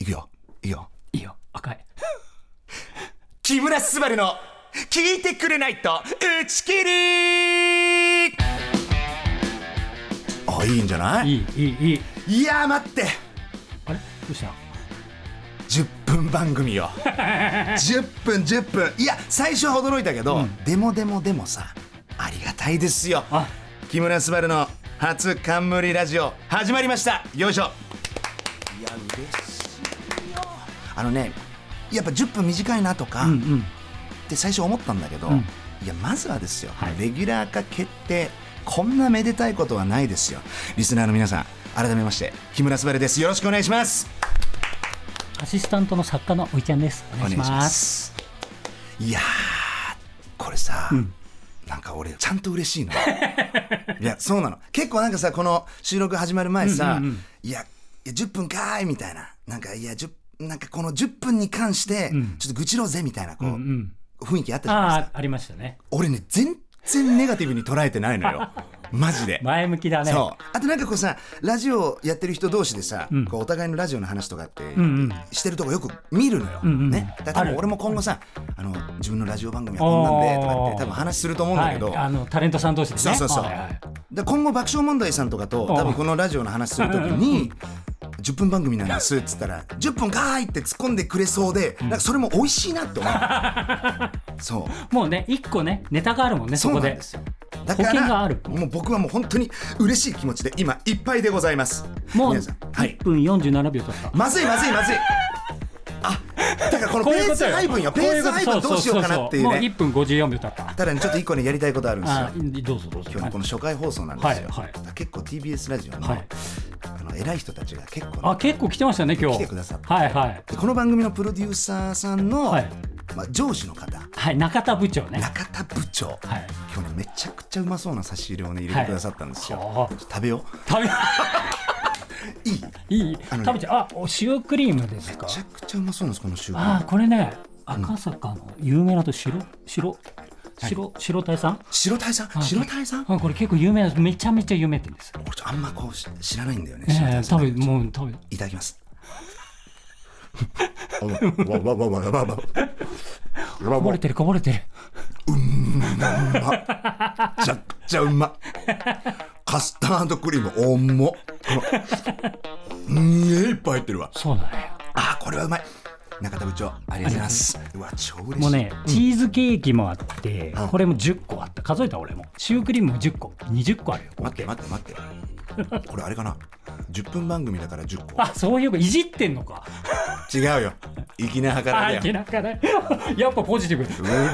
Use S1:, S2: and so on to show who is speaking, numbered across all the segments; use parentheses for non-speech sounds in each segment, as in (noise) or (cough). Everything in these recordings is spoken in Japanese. S1: いいよ
S2: いいよ赤い
S1: 木村昴の聞いてくれないと打ち切りあいいんじゃない
S2: いいいいいい
S1: いやー待って
S2: あれどうした
S1: 10分番組 (laughs) よ10分10分いや最初は驚いたけど、でもでもでもさありがたいですよ
S2: あ
S1: 木村昴の初冠ラジオ始まりましたよいしょいや嬉しいよあのねやっぱ10分短いなとか、
S2: うんう
S1: っ
S2: ん
S1: て最初思ったんだけど、
S2: ん
S1: いやまずはですよ、
S2: はい
S1: レギュラー化決定こんなめでたいことはないですよリスナーの皆さん改めまして木村昴ですよろしくお願いします
S2: アシスタントの作家のおいちゃんですお
S1: お願
S2: 願い
S1: いし
S2: し
S1: ま
S2: ます
S1: すいやーこれさ、なんか俺ちゃんと嬉しいな (laughs) いやそうなの結構なんかさこの収録始まる前さ、
S2: うんうんうん
S1: いやいや10分かーいみたいななんかいや10なんかこの10分に関してちょっと愚痴ろうぜみたいなこう、
S2: うんうん
S1: 雰囲気あったじゃないですか
S2: ああありましたね
S1: 俺ね全然ネガティブに捉えてないの
S2: (laughs)
S1: よマジで
S2: 前向きだね
S1: そうあとなんかこうさラジオやってる人同士でさ、
S2: ん
S1: こうお互いのラジオの話とかって、
S2: ん
S1: してるとこよく見るのよ、
S2: んうん
S1: ねだから多
S2: あ
S1: 分
S2: る
S1: 俺も今後さあの自分のラジオ番組はこんなんでとかって多分話すると思うんだ
S2: は
S1: け
S2: い
S1: ど、
S2: あのタレントさん同士で
S1: そう
S2: ね
S1: そうそう、
S2: はいはい
S1: で今後爆笑問題さんとかと
S2: あー
S1: 多分このラジオの話するときに10分番組なんですっつったら10分かーいって突っ込んでくれそうで、なんかそれも美味しいなって思う
S2: (laughs)
S1: そう
S2: もうね一個ねネタがあるもんねそ
S1: そう
S2: こ
S1: なん
S2: で
S1: ですよだか
S2: 保険が
S1: ら
S2: ある
S1: もう僕はもう本当に嬉しい気持ちで今いっぱいでございます
S2: もう
S1: 皆さんはい
S2: 1分47秒とった
S1: まずいまずいまずいあだからこの
S2: こう
S1: ペ
S2: い
S1: ー
S2: うこと
S1: ス
S2: よ
S1: 配分よペース配分どうしようかなっていう
S2: もう
S1: ね
S2: 1分54秒経った
S1: ただねちょっと一個ねやりたいことあるんですよ
S2: あどうぞどうぞ
S1: 今日のこの初回放送なんで
S2: は
S1: す
S2: い
S1: よ、
S2: は
S1: だ
S2: い
S1: から結構 TBS ラジオの,、
S2: はい
S1: あの偉い人たちが結構ね、
S2: あ結構来てましたね今日
S1: 来てくださった
S2: はいはい
S1: でこの番組のプロデューサーさんの、
S2: はい
S1: まあ、上司の方
S2: はい中田部長ね
S1: 中田部長、
S2: はい
S1: 今日ねめちゃくちゃうまそうな差し入れをね入れてくださったんですよ、
S2: はあ
S1: 食べよ
S2: 食
S1: ういい
S2: べいい
S1: あのね
S2: 食べちゃうあお塩クリームですか
S1: めちゃくちゃうまそうなんですこのシュー
S2: あこれね赤坂の有名なと白白白白鯛さん
S1: 白鯛さん
S2: い
S1: 白鯛さん、
S2: あこれ結構有名なんですめちゃめちゃ有名店です
S1: 俺ちょっとあんまこうし知らないんだよね、
S2: え
S1: 白
S2: え
S1: 鯛さ
S2: 食
S1: ん
S2: べもう食べ
S1: いただきますあわわわわわわわ
S2: こぼれてるこぼれてる
S1: めちゃくちゃうまカスタードクリーム重っこのうんげえいっぱい入ってるわ
S2: そうだね
S1: あーこれはうまい中田部長ありがとうございますうわ超嬉しい
S2: もうね、チーズケーキもあって、
S1: うん
S2: これも10個あった数えた俺もシュークリームも10個20個あるよ
S1: 待って待って待ってこれあれかな10分番組だから10個
S2: あそういうこといじってんのか
S1: 違うよ粋な計
S2: あ
S1: らいだ
S2: 明
S1: よ
S2: らかねやっぱポジティブ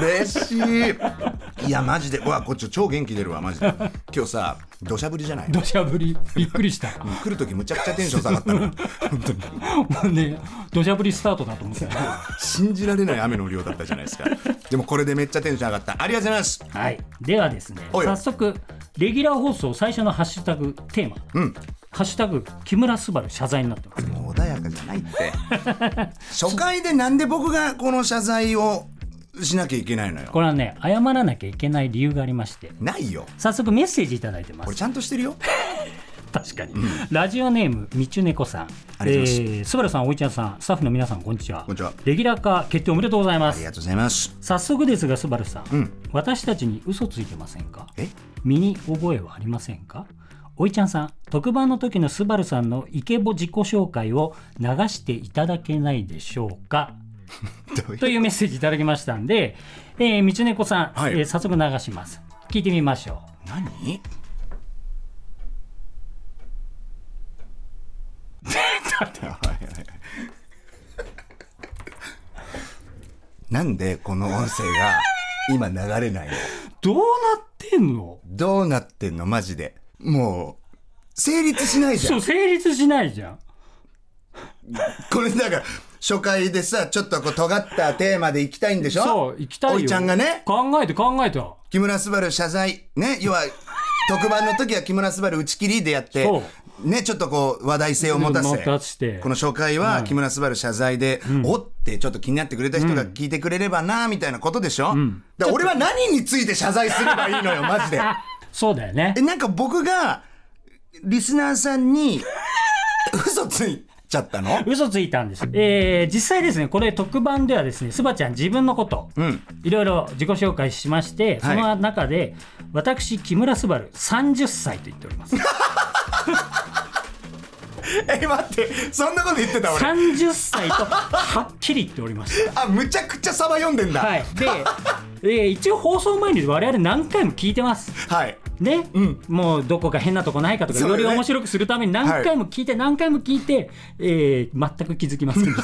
S1: 嬉しいいやマジでうわこっち超元気出るわマジで今日さ土砂降りじゃない
S2: 土砂降りびっくりした
S1: 来る時むちゃくちゃテンション下がったの本当に
S2: もうね土砂降りスタートだと思ってた
S1: 信じられない雨の量だったじゃないですかでもこれでめっちゃテンション上がったありがとうございます
S2: はい、ではですね
S1: おい
S2: 早速レギュラー放送最初のハッシュタグテーマ「ハッシュタグ木村昴謝罪」になってます
S1: もう穏やかじゃないって初回でなんで僕がこの謝罪をしなきゃいけないのよ
S2: これはね謝らなきゃいけない理由がありまして
S1: ないよ
S2: 早速メッセージいただいてま
S1: これ
S2: す
S1: ちゃんとしてるよ
S2: 確かに、ラジオネームみちゅねこさん
S1: ありがとうござい
S2: えー昴さんおいちゃんさんスタッフの皆さんこんにちは
S1: こんにちは
S2: レギュラー化決定おめでとうございま
S1: あり
S2: す
S1: がとうございます
S2: 早速ですが昴さん、
S1: うん
S2: 私たちに嘘ついてませんか
S1: え
S2: 身に覚えはありませんかおいちゃんさん特番の時のスバルさんのイケボ自己紹介を流していただけないでしょうか
S1: どういう
S2: というメッセージいただきましたんで、 (laughs) えー、道猫さん、
S1: はい
S2: えー早速流します聞いてみましょ
S1: 何なんでこの音声が今流れないの
S2: うどうなってんの
S1: どうなってんのマジでもう成立しないじゃ
S2: そ
S1: ん
S2: う成立しないじゃん
S1: これだから初回でさちょっとこう尖ったテーマで行きたいんでしょ
S2: そう行きたいよ
S1: おいちゃんがね
S2: 考えて考えてよ
S1: 木村昴謝罪ね要は特番の時は木村昴打ち切りでやって
S2: そ
S1: ねちょっとこう話題性を持たせ
S2: 持たせて
S1: この紹介は木村昴謝罪で、おってちょっと気になってくれた人が聞いてくれればなみたいなことでしょ、だから俺は何について謝罪すればいいのよマジ (laughs) で
S2: そうだよね
S1: えなんか僕がリスナーさんに嘘ついちちゃった (laughs) の
S2: 嘘ついたんです。えー、実際ですね、これ特番ではですね、スバちゃん自分のこと、
S1: うん
S2: いろいろ自己紹介しまして、
S1: は
S2: そ
S1: い
S2: の中で、私、木村昴30歳と言ってお
S1: (laughs)
S2: ります。
S1: え待ってそんなこと言ってた俺
S2: 30歳とはっきり言っておりま
S1: (laughs)
S2: し
S1: あむちゃくちゃサバ読んでんだ
S2: た。はい。で、えー一応放送前に我々何回も聞いてます。
S1: はい
S2: ね、
S1: うん
S2: もうどこか変なとこないかとか、
S1: そう
S2: よ
S1: だね
S2: り面白くするために何回も聞いて、何回も聞いて、えー全く気づきませんで
S1: (laughs)
S2: した。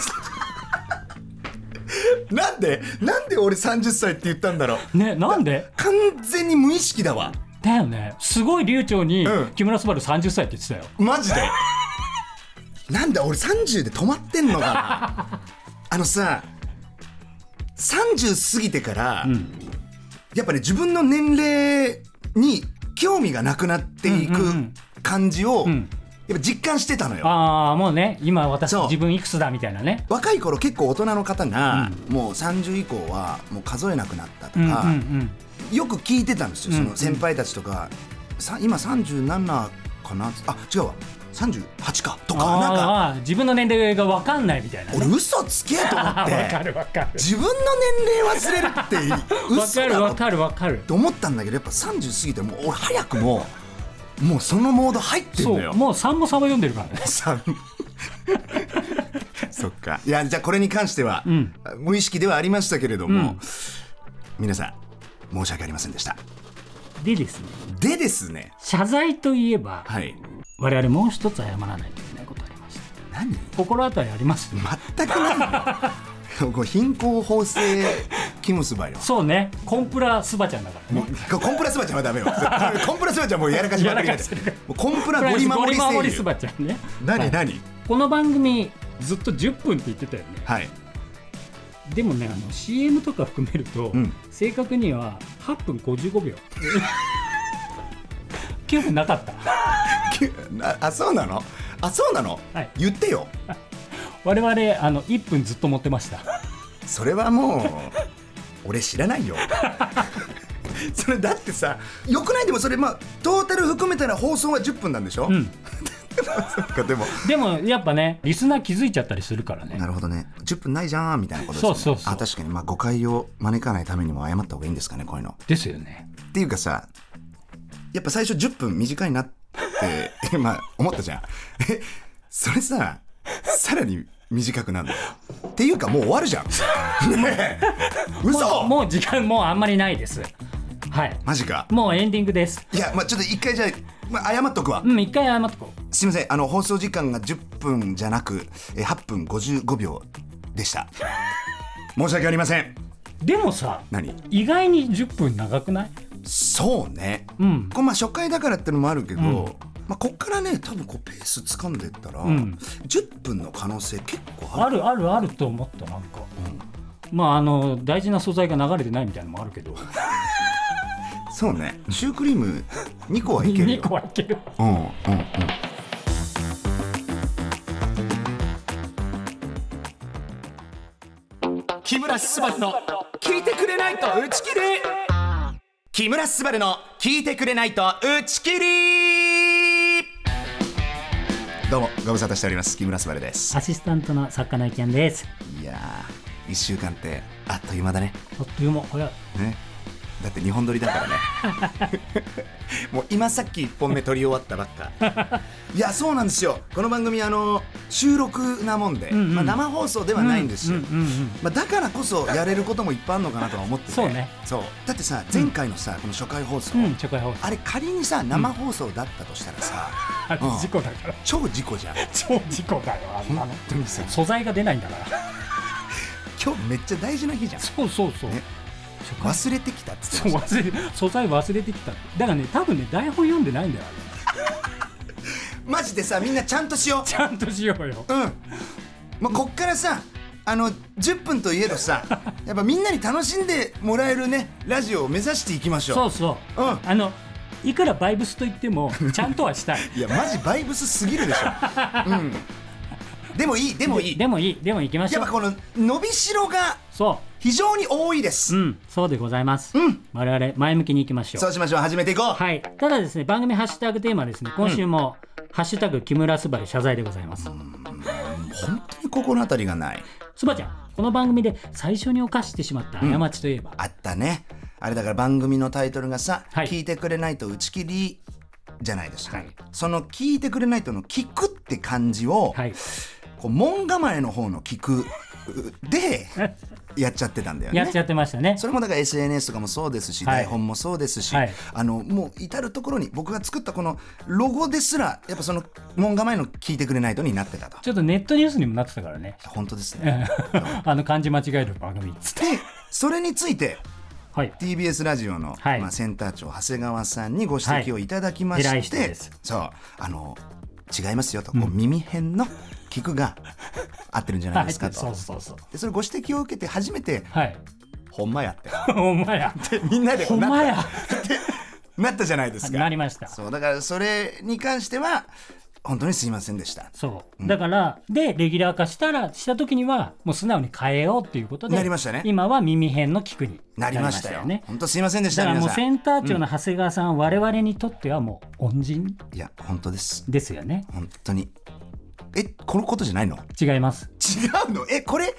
S1: なんでなんで俺30歳って言ったんだろう
S2: ね、なんで
S1: 完全に無意識だわ
S2: だよね。すごい流暢に
S1: うん、
S2: 木村昴30歳って言ってたよ。
S1: マ
S2: (laughs)
S1: ジでなんだ俺30で止まってんのかな
S2: (laughs)
S1: あのさ30過ぎてから、
S2: ん
S1: やっぱね自分の年齢に興味がなくなってい
S2: うんうんうん
S1: く感じを、
S2: ん
S1: やっぱ実感してたのよ
S2: ああ、もうね、今私
S1: そう
S2: 自分いくつだみたいなね。
S1: 若い頃結構大人の方が、もう30以降はもう数えなくなったと
S2: うんうんう
S1: か、
S2: ん。
S1: よく聞いてたんですよ、
S2: うん
S1: その先輩たちとか、さ今37かなあ違うわ38かとかなんか
S2: ああー、自分の年齢が分かんないみたいなね。
S1: 俺嘘つけと思
S2: あ
S1: っ
S2: (laughs) ーわか
S1: て
S2: るわかる。
S1: 自分の年齢忘れるって
S2: わ
S1: 嘘
S2: か
S1: だ
S2: る
S1: ろ
S2: わ
S1: っ
S2: かるわかる。
S1: て思ったんだけどやっぱ30過ぎてもう俺早くももうそのモード入ってん
S2: そ
S1: だ
S2: う、
S1: よ
S2: もう3も3も読んでるからね。
S1: さん (laughs) そっかいやじゃあこれに関しては、
S2: ん
S1: 無意識ではありましたけれども、
S2: うん
S1: 皆さん申し訳ありませんでした
S2: でですね、
S1: でですね
S2: 謝罪といえば、
S1: はい
S2: 我々もう一つ謝らないといけないことありました。
S1: 何
S2: 心当たりあります
S1: 全くない (laughs) のよこれ貧困法制キムスバよ
S2: そうね、コンプラスバちゃんだから
S1: も
S2: ね。
S1: うコンプラスバちゃんはダメ
S2: (laughs)
S1: よコンプラスバちゃんもうやらかしばっかりやって
S2: やらかしてる
S1: もうコンプラゴリ守り
S2: ゴリ
S1: 声
S2: 守りス
S1: 優
S2: バちゃんね。は
S1: 何
S2: い
S1: 何
S2: この番組、ずっと10分って言ってたよね。
S1: はい (laughs)
S2: でもね、あの CM とか含めると、
S1: ん
S2: 正確には8分55秒。9分なかった。
S1: きああそうなのあそうなの、
S2: はい
S1: 言ってよ
S2: 我々、あの1分ずっと持ってました。
S1: それはも
S2: (laughs)
S1: う俺知らないよ (laughs) それだってさよくないでもそれまあトータル含めたら放送は10分なんで (laughs) しょ、
S2: うん
S1: そっかでも
S2: でもやっぱね、リスナー気づいちゃったりするからね。
S1: なるほどね10分ないじゃんみたいなことです、ね、
S2: そうそうそう
S1: あ確かにまあ誤解を招かないためにも謝った方がいいんですかねこういうの
S2: ですよね。
S1: っていうかさやっぱ最初10分短いなって (laughs) まあ思ったじゃんえそれささらに短くなるのっていうかもう終わるじゃん (laughs) ねえ
S2: も
S1: 嘘
S2: うもう時間もうあんまりないです。はい。
S1: マジか
S2: もうエンディングです。
S1: いやまあちょっと一回じゃあ、まあ、謝っとくわ、
S2: うん、一回謝っとこ
S1: すいませんあの放送時間が10分じゃなくえ8分55秒でした申し訳ありません
S2: う。でもさ、
S1: 何
S2: 意外に10分長くない
S1: そうね、
S2: うん
S1: これまあ初回だからってのもあるけど、
S2: ん
S1: まあ、こっからね多分こうペース掴んでったら、
S2: ん
S1: 10分の可能性結構あ
S2: あ
S1: る
S2: るあるあると思った、なんか。まあ、あの、大事な素材が流れてないみたいなのもあるけど、
S1: そうねシュークリーム2個はいけるよ
S2: 2個はいける。
S1: うんうんうん木村すばるの聞いてくれないと打ち切り木村すばるの聞いてくれないと打ち切りどうもご無沙汰しております木村すばるです
S2: アシスタントの作家のいちゃんです。
S1: いやー1週間ってあっという間だね
S2: あっという間、早い。
S1: ねだって日本撮りだからね
S2: (laughs)
S1: もう今さっき1本目撮り終わったばっか
S2: (laughs)
S1: いやそうなんですよこの番組あの収録なもんで、
S2: んうん
S1: まあ、生放送ではないんですよ、
S2: うんうんうん
S1: まあ、だからこそやれることもいっぱいあるのかなとは思ってて
S2: そうね
S1: そうだってさ前回のさ、この初回放送、
S2: うん、うん、初回放送。
S1: あれ仮にさ生放送だったとしたらさ、
S2: あれ
S1: うん
S2: 事故だから。
S1: 超事故じゃん
S2: 超事故だよ、あんなの
S1: 本。当にさ
S2: 素材が出ないんだから。
S1: 今日めっちゃ大事な日じゃん
S2: そうそうそう。
S1: ね
S2: 初回
S1: 忘れてきたっつっ
S2: そ
S1: て
S2: う
S1: ました
S2: 忘れ素材忘れてきただからね多分ね台本読んでないんだよあれ
S1: マジでさみんなちゃんとしよう
S2: (laughs) ちゃんとしようよ
S1: うん、まあ、こっからさあの10分といえど
S2: (laughs)
S1: さやっぱみんなに楽しんでもらえるねラジオを目指していきましょう
S2: そうそう、
S1: うん
S2: あのいくらバイブスと言ってもちゃんとは (laughs) したい
S1: いやマジバイブスすぎるでし
S2: (laughs)
S1: ょ、うん、でもいいでもいい
S2: でもいいでもいいきまし
S1: や
S2: ょ
S1: っ
S2: う
S1: ぱこの伸びしろが
S2: そ
S1: 非常に多いです、
S2: ううんそうでございます、
S1: うん
S2: 我々前向きにいきましょう
S1: そうしましょう始めていこう、
S2: はいただですね番組ハッシュタグテーマですね今週も、ハッシュタグ木村すばる謝罪でございます
S1: 本当に心当たりがない
S2: すばちゃんこの番組で最初に犯してしまった過ちといえば、
S1: あったねあれだから番組のタイトルがさ「
S2: はい
S1: 聞いてくれないと打ち切り」じゃないですか、
S2: はい
S1: その「聞いてくれないと」の「聞く」って漢字を、
S2: はい
S1: こう門構えの方の「聞く」
S2: (laughs)
S1: でやっちゃってたんだよね
S2: やっちゃってましたね
S1: それもだから SNS とかもそうですし、
S2: はい
S1: 台本もそうですし、
S2: はい
S1: あのもう至る所に僕が作ったこのロゴですらやっぱその門構えの「聞いてくれないと」になってたと
S2: ちょっとネットニュースにもなってたからね
S1: 本当ですね (laughs)
S2: あの漢字間違える番組っつって
S1: でそれについて
S2: はい
S1: TBS ラジオの、
S2: はい
S1: まあ、センター長長谷川さんにご指摘をいただきまして、
S2: はい偉い人です
S1: そうあの違いますよと、こう耳辺の聞くが合ってるんじゃないですかと、
S2: そうそうそう
S1: でそれご指摘を受けて初めて (laughs)
S2: はい
S1: 「ほんまや」って (laughs)
S2: お前や
S1: でみんなでこ
S2: (laughs) お
S1: うな
S2: 前
S1: っ
S2: や
S1: たなったじゃないですか
S2: なりました
S1: そうだからそれに関しては本当にすいませんでした
S2: そうだから、でレギュラー化したらした時にはもう素直に変えようっていうことで
S1: なりましたね
S2: 今は耳辺の聞くに
S1: なりましたよ
S2: なりね
S1: 本当すいませんでし
S2: だ
S1: た
S2: から
S1: 皆
S2: もう
S1: さ
S2: セ
S1: ん
S2: ンター長の長谷川さん、我々にとってはもう恩人
S1: いや本当です
S2: ですよね
S1: 本当にえこのことじゃないの違
S2: 違います
S1: うのえこれ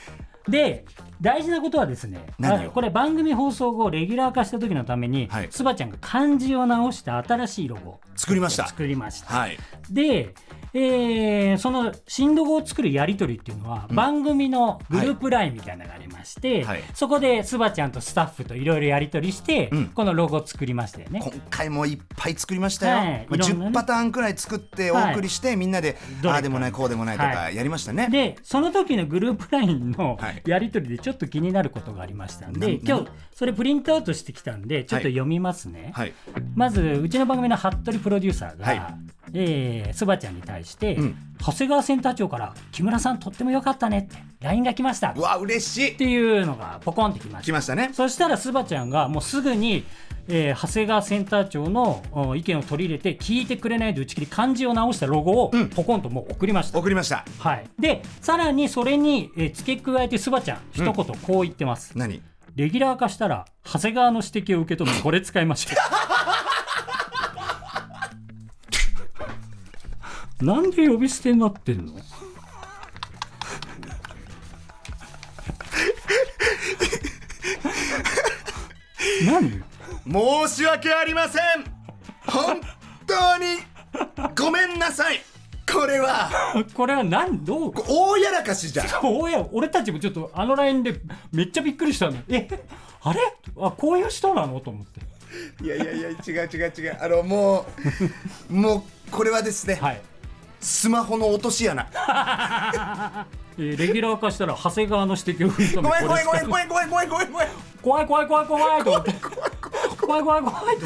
S2: で大事なことはですね
S1: 何よ
S2: あのこれ番組放送後レギュラー化した時のために
S1: はい
S2: スバ、ちゃんが漢字を直した新しいロゴ
S1: 作りました
S2: 作りました、
S1: はい
S2: で、えーその新ロゴを作るやり取りっていうのは、番組のグループラインみたいなのがありまして、
S1: はい
S2: そこでスバちゃんとスタッフといろいろやり取りして、
S1: うん
S2: このロゴを作りましたよね
S1: 今回もいっぱい作りましたよ、
S2: はい
S1: まあ
S2: いろんなね
S1: 10パターンくらい作ってお送りして、みんなで
S2: どれ
S1: あ
S2: か
S1: あでもないこうでもないとか
S2: は
S1: やりましたね、
S2: でその時のグループ LINE の
S1: はい
S2: やり取りでちょっと気になることがありましたん
S1: な
S2: で、
S1: ん
S2: 今
S1: なん
S2: 日それプリントアウトしてきたんでちょっと読みますね、
S1: はい
S2: まずうちの番組の服部プロデューサーが、
S1: はい
S2: えースバちゃんに対して、
S1: うん
S2: 長谷川センター長から「木村さんとっても良かったね」って LINE が来ましたっ
S1: うわ嬉しい
S2: ていうのがポコンってきま
S1: 来
S2: した
S1: ましたね
S2: そしたらスバちゃんがもうすぐに、えー長谷川センター長のお意見を取り入れて聞いてくれないで打ち切り漢字を直したロゴを
S1: うん
S2: ポコンともう送りました、
S1: 送りました
S2: はい、でさらにそれに、えー付け加えてスバちゃん一言こう言ってます、
S1: 何
S2: レギュラー化したら長谷川の指摘を受け止めこれ使いましょう (laughs) なんで呼び捨てになって (laughs) んの何
S1: 申し訳ありません本当にごめんなさいこれは
S2: これは何どう
S1: 大やらかしじゃん
S2: おや俺たちもちょっとあの LINE でめっちゃびっくりしたのえあれあこういう人なのと思って
S1: いやいやいや違う違う違うあのもうもうこれはですね、
S2: はい、
S1: スマホの落とし穴
S2: えーレギュラー化したら長谷川の指摘を受け止
S1: ご
S2: め
S1: めん
S2: こ
S1: ご
S2: れ
S1: めんご
S2: 使
S1: め
S2: い
S1: んごめんごめんごめんごめんごめん
S2: 怖い怖い怖い怖いと思って怖い怖い怖いと思って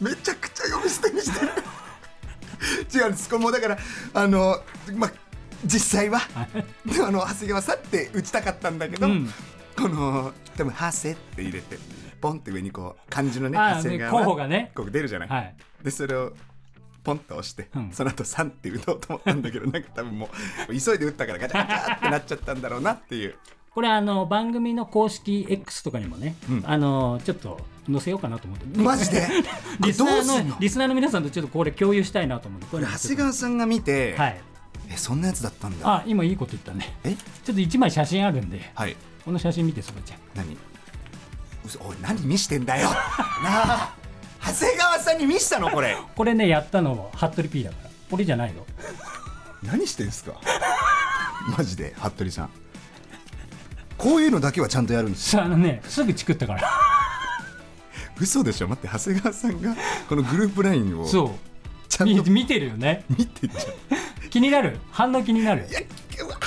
S1: (laughs) めちゃくちゃ呼び捨てにしてる (laughs) 違うんですこれもうだからあのま実際はあの長谷川さんって打ちたかったんだけど、
S2: うん
S1: この多分「長谷」って入れてポンって上にこう漢字のね
S2: あー
S1: 長谷川
S2: ね候補がね
S1: こう出るじゃない、
S2: はい
S1: でそれをポンと押して、
S2: うん
S1: その後三3って打とうと思ったんだけどなんか多分もう急いで打ったからガチャガチャってなっちゃったんだろうなっていう
S2: これあの番組の公式 X とかにもね、あのちょっと載せようかなと思って
S1: マジでこれ
S2: (laughs) リス
S1: どう
S2: ナ
S1: すん
S2: ー
S1: の
S2: のリスナーの皆さんとちょっとこれ共有したいなと思ってこ
S1: こ
S2: れ
S1: れ長谷川さんが見て、
S2: はい
S1: えそんなやつだったんだ
S2: あ今いいこと言ったね
S1: え
S2: ちょっと一枚写真あるんで
S1: はい
S2: この写真見てそばちゃん
S1: 何嘘おい何見してんだよ (laughs) なあ長谷川さんに見したのこれ
S2: これねやったの服部 P だから俺じゃないよ
S1: (laughs) 何してんすか (laughs) マジで服部さんこういうのだけはちゃんとやるんです
S2: さあのねすぐチクったから
S1: 嘘でしょ待って長谷川さんがこのグループラインを
S2: そう
S1: ちゃん
S2: み
S1: と
S2: 見てるよね
S1: 見てんじゃんい
S2: 気になる反応気になる
S1: や (laughs) うわ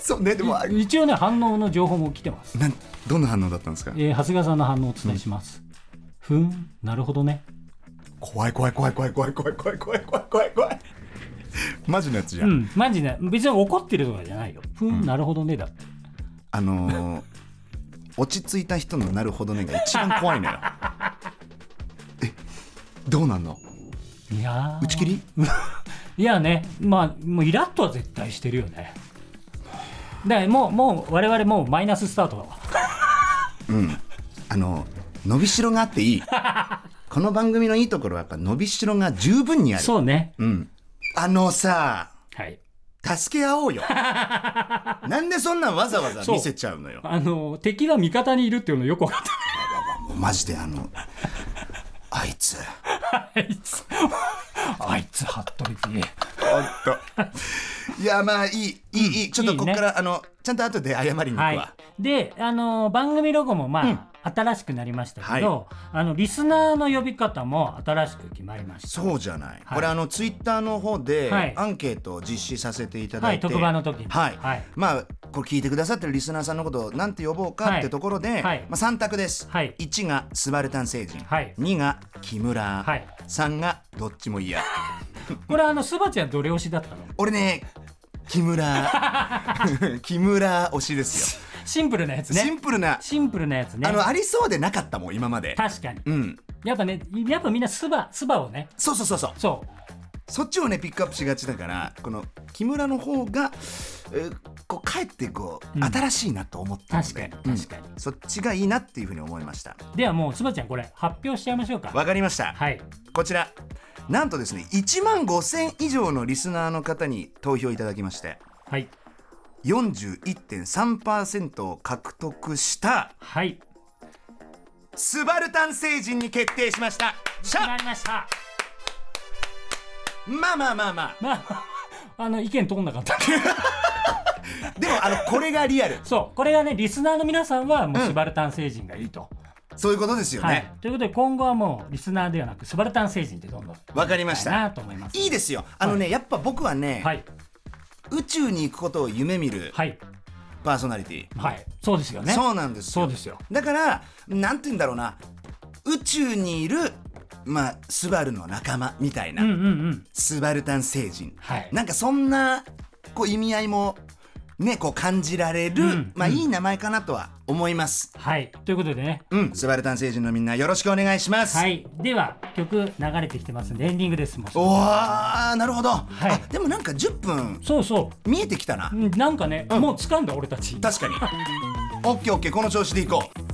S1: そうねでもあ
S2: 一応ね反応の情報も来てます
S1: なんどんな反応だったんですか
S2: えー、長谷川さんの反応をお伝えします、ふんなるほどね
S1: 怖い怖い怖い怖い怖い怖い怖い怖い怖い怖い怖いマジのやつじゃ、
S2: うんんマジね別に怒ってるとかじゃないよふん、なるほどねだって
S1: あのー、落ち着いた人のなるほどねが一番怖いの (laughs) よえどうなんの
S2: いやー
S1: 打ち切り
S2: いやねまあもうイラッとは絶対してるよねだからもうもう我々もうマイナススタートだわ
S1: あの伸びしろがあっていいこの番組のいいところはやっぱ伸びしろが十分にある
S2: そうね。
S1: うん、あのさ
S2: はい。
S1: 助け合おう (laughs) よなんでそんなんわざわざ見せちゃうのよ
S2: あの、敵は味方にいるっていうのよく分かっ
S1: もうマジであのあいつ
S2: た。あいつ、 (laughs) あいつ、服部君。
S1: 本 (laughs) 当いやまあいいいいいいちょっとここからあのちゃんと後で謝りに行くわ、
S2: はい。で、あの、番組ロゴもまあ、新しくなりましたけど、あの、リスナーの呼び方も新しく決まりました。
S1: そうじゃない、
S2: はい
S1: これあのツイッターの方で
S2: はい
S1: アンケートを実施させていただいて、
S2: はい特番の時に
S1: はい
S2: はい
S1: まあこれ聞いてくださってるリスナーさんのことをなんて呼ぼうかってところで、
S2: はいはい
S1: まあ、3択です、
S2: はい
S1: 1がスバルタン星人、
S2: はい
S1: 2が木村、
S2: はい
S1: 3がどっちも嫌
S2: これ、あの、スバちゃんどれ推しだったの
S1: 俺ね木村
S2: (laughs)
S1: 木村推しですよ、
S2: シンプルなやつ
S1: シ
S2: ね。
S1: ンプルな、
S2: シンプルなやつね
S1: あ。のありそうでなかったもん今まで
S2: 確かに。
S1: うん
S2: やっぱね、やっぱみんなスバ、スバをね、
S1: そうそうそうそう
S2: そう、
S1: そっちをねピックアップしがちだからこの木村の方が、えーこう帰ってこう、
S2: うん
S1: 新しいなと思ったので
S2: 確かに、確かに。
S1: そっちがいいなっていうふうに思いました
S2: ではもう、スバちゃんこれ、発表しちゃいましょうか。
S1: わかりました、
S2: はい。
S1: こちらなんとですね1万5000以上のリスナーの方に投票いただきまして
S2: はい。
S1: 41.3%を獲得した
S2: はい。
S1: スバルタン星人に決定しましたし
S2: 決ま
S1: ゃ
S2: りました。 (laughs)
S1: まあまあまあま
S2: まあ、あの、意見通んなかった。
S1: あでもあのこれがリアル
S2: そう。これがね、リスナーの皆さんは、もう、スバルタン星人がいいと。
S1: そういうことですよね、
S2: はい。ということで、今後はもう、リスナーではなく、スバルタン星人でどんどん。
S1: わかりました
S2: なと思います。
S1: いいですよあのね、やっぱ僕はね、
S2: はい。
S1: 宇宙に行くことを夢見る
S2: はい。
S1: パーソナリティ、
S2: はい。そうですよね。
S1: そうなんですよ
S2: そうですよ
S1: だからなんて言うんだろうな宇宙にいるまあスバルの仲間みたいな、
S2: うんうんうん。
S1: スバルタン星人、
S2: はい
S1: なんかそんなこう意味合いもねこう感じられる、
S2: うん
S1: まあいい名前かなとは思います
S2: はい。ということでね。
S1: うん、スバルタン星人のみんなよろしくお願いします、
S2: はい。では、曲流れてきてますんで、エンディングです。もう
S1: おーなるほど、
S2: い
S1: あでもなんか10分
S2: そうそ
S1: 見えてきたな
S2: う。うんなんかね、もう掴んだ俺たち。
S1: 確かにオッケーオッケーこの調子でいこう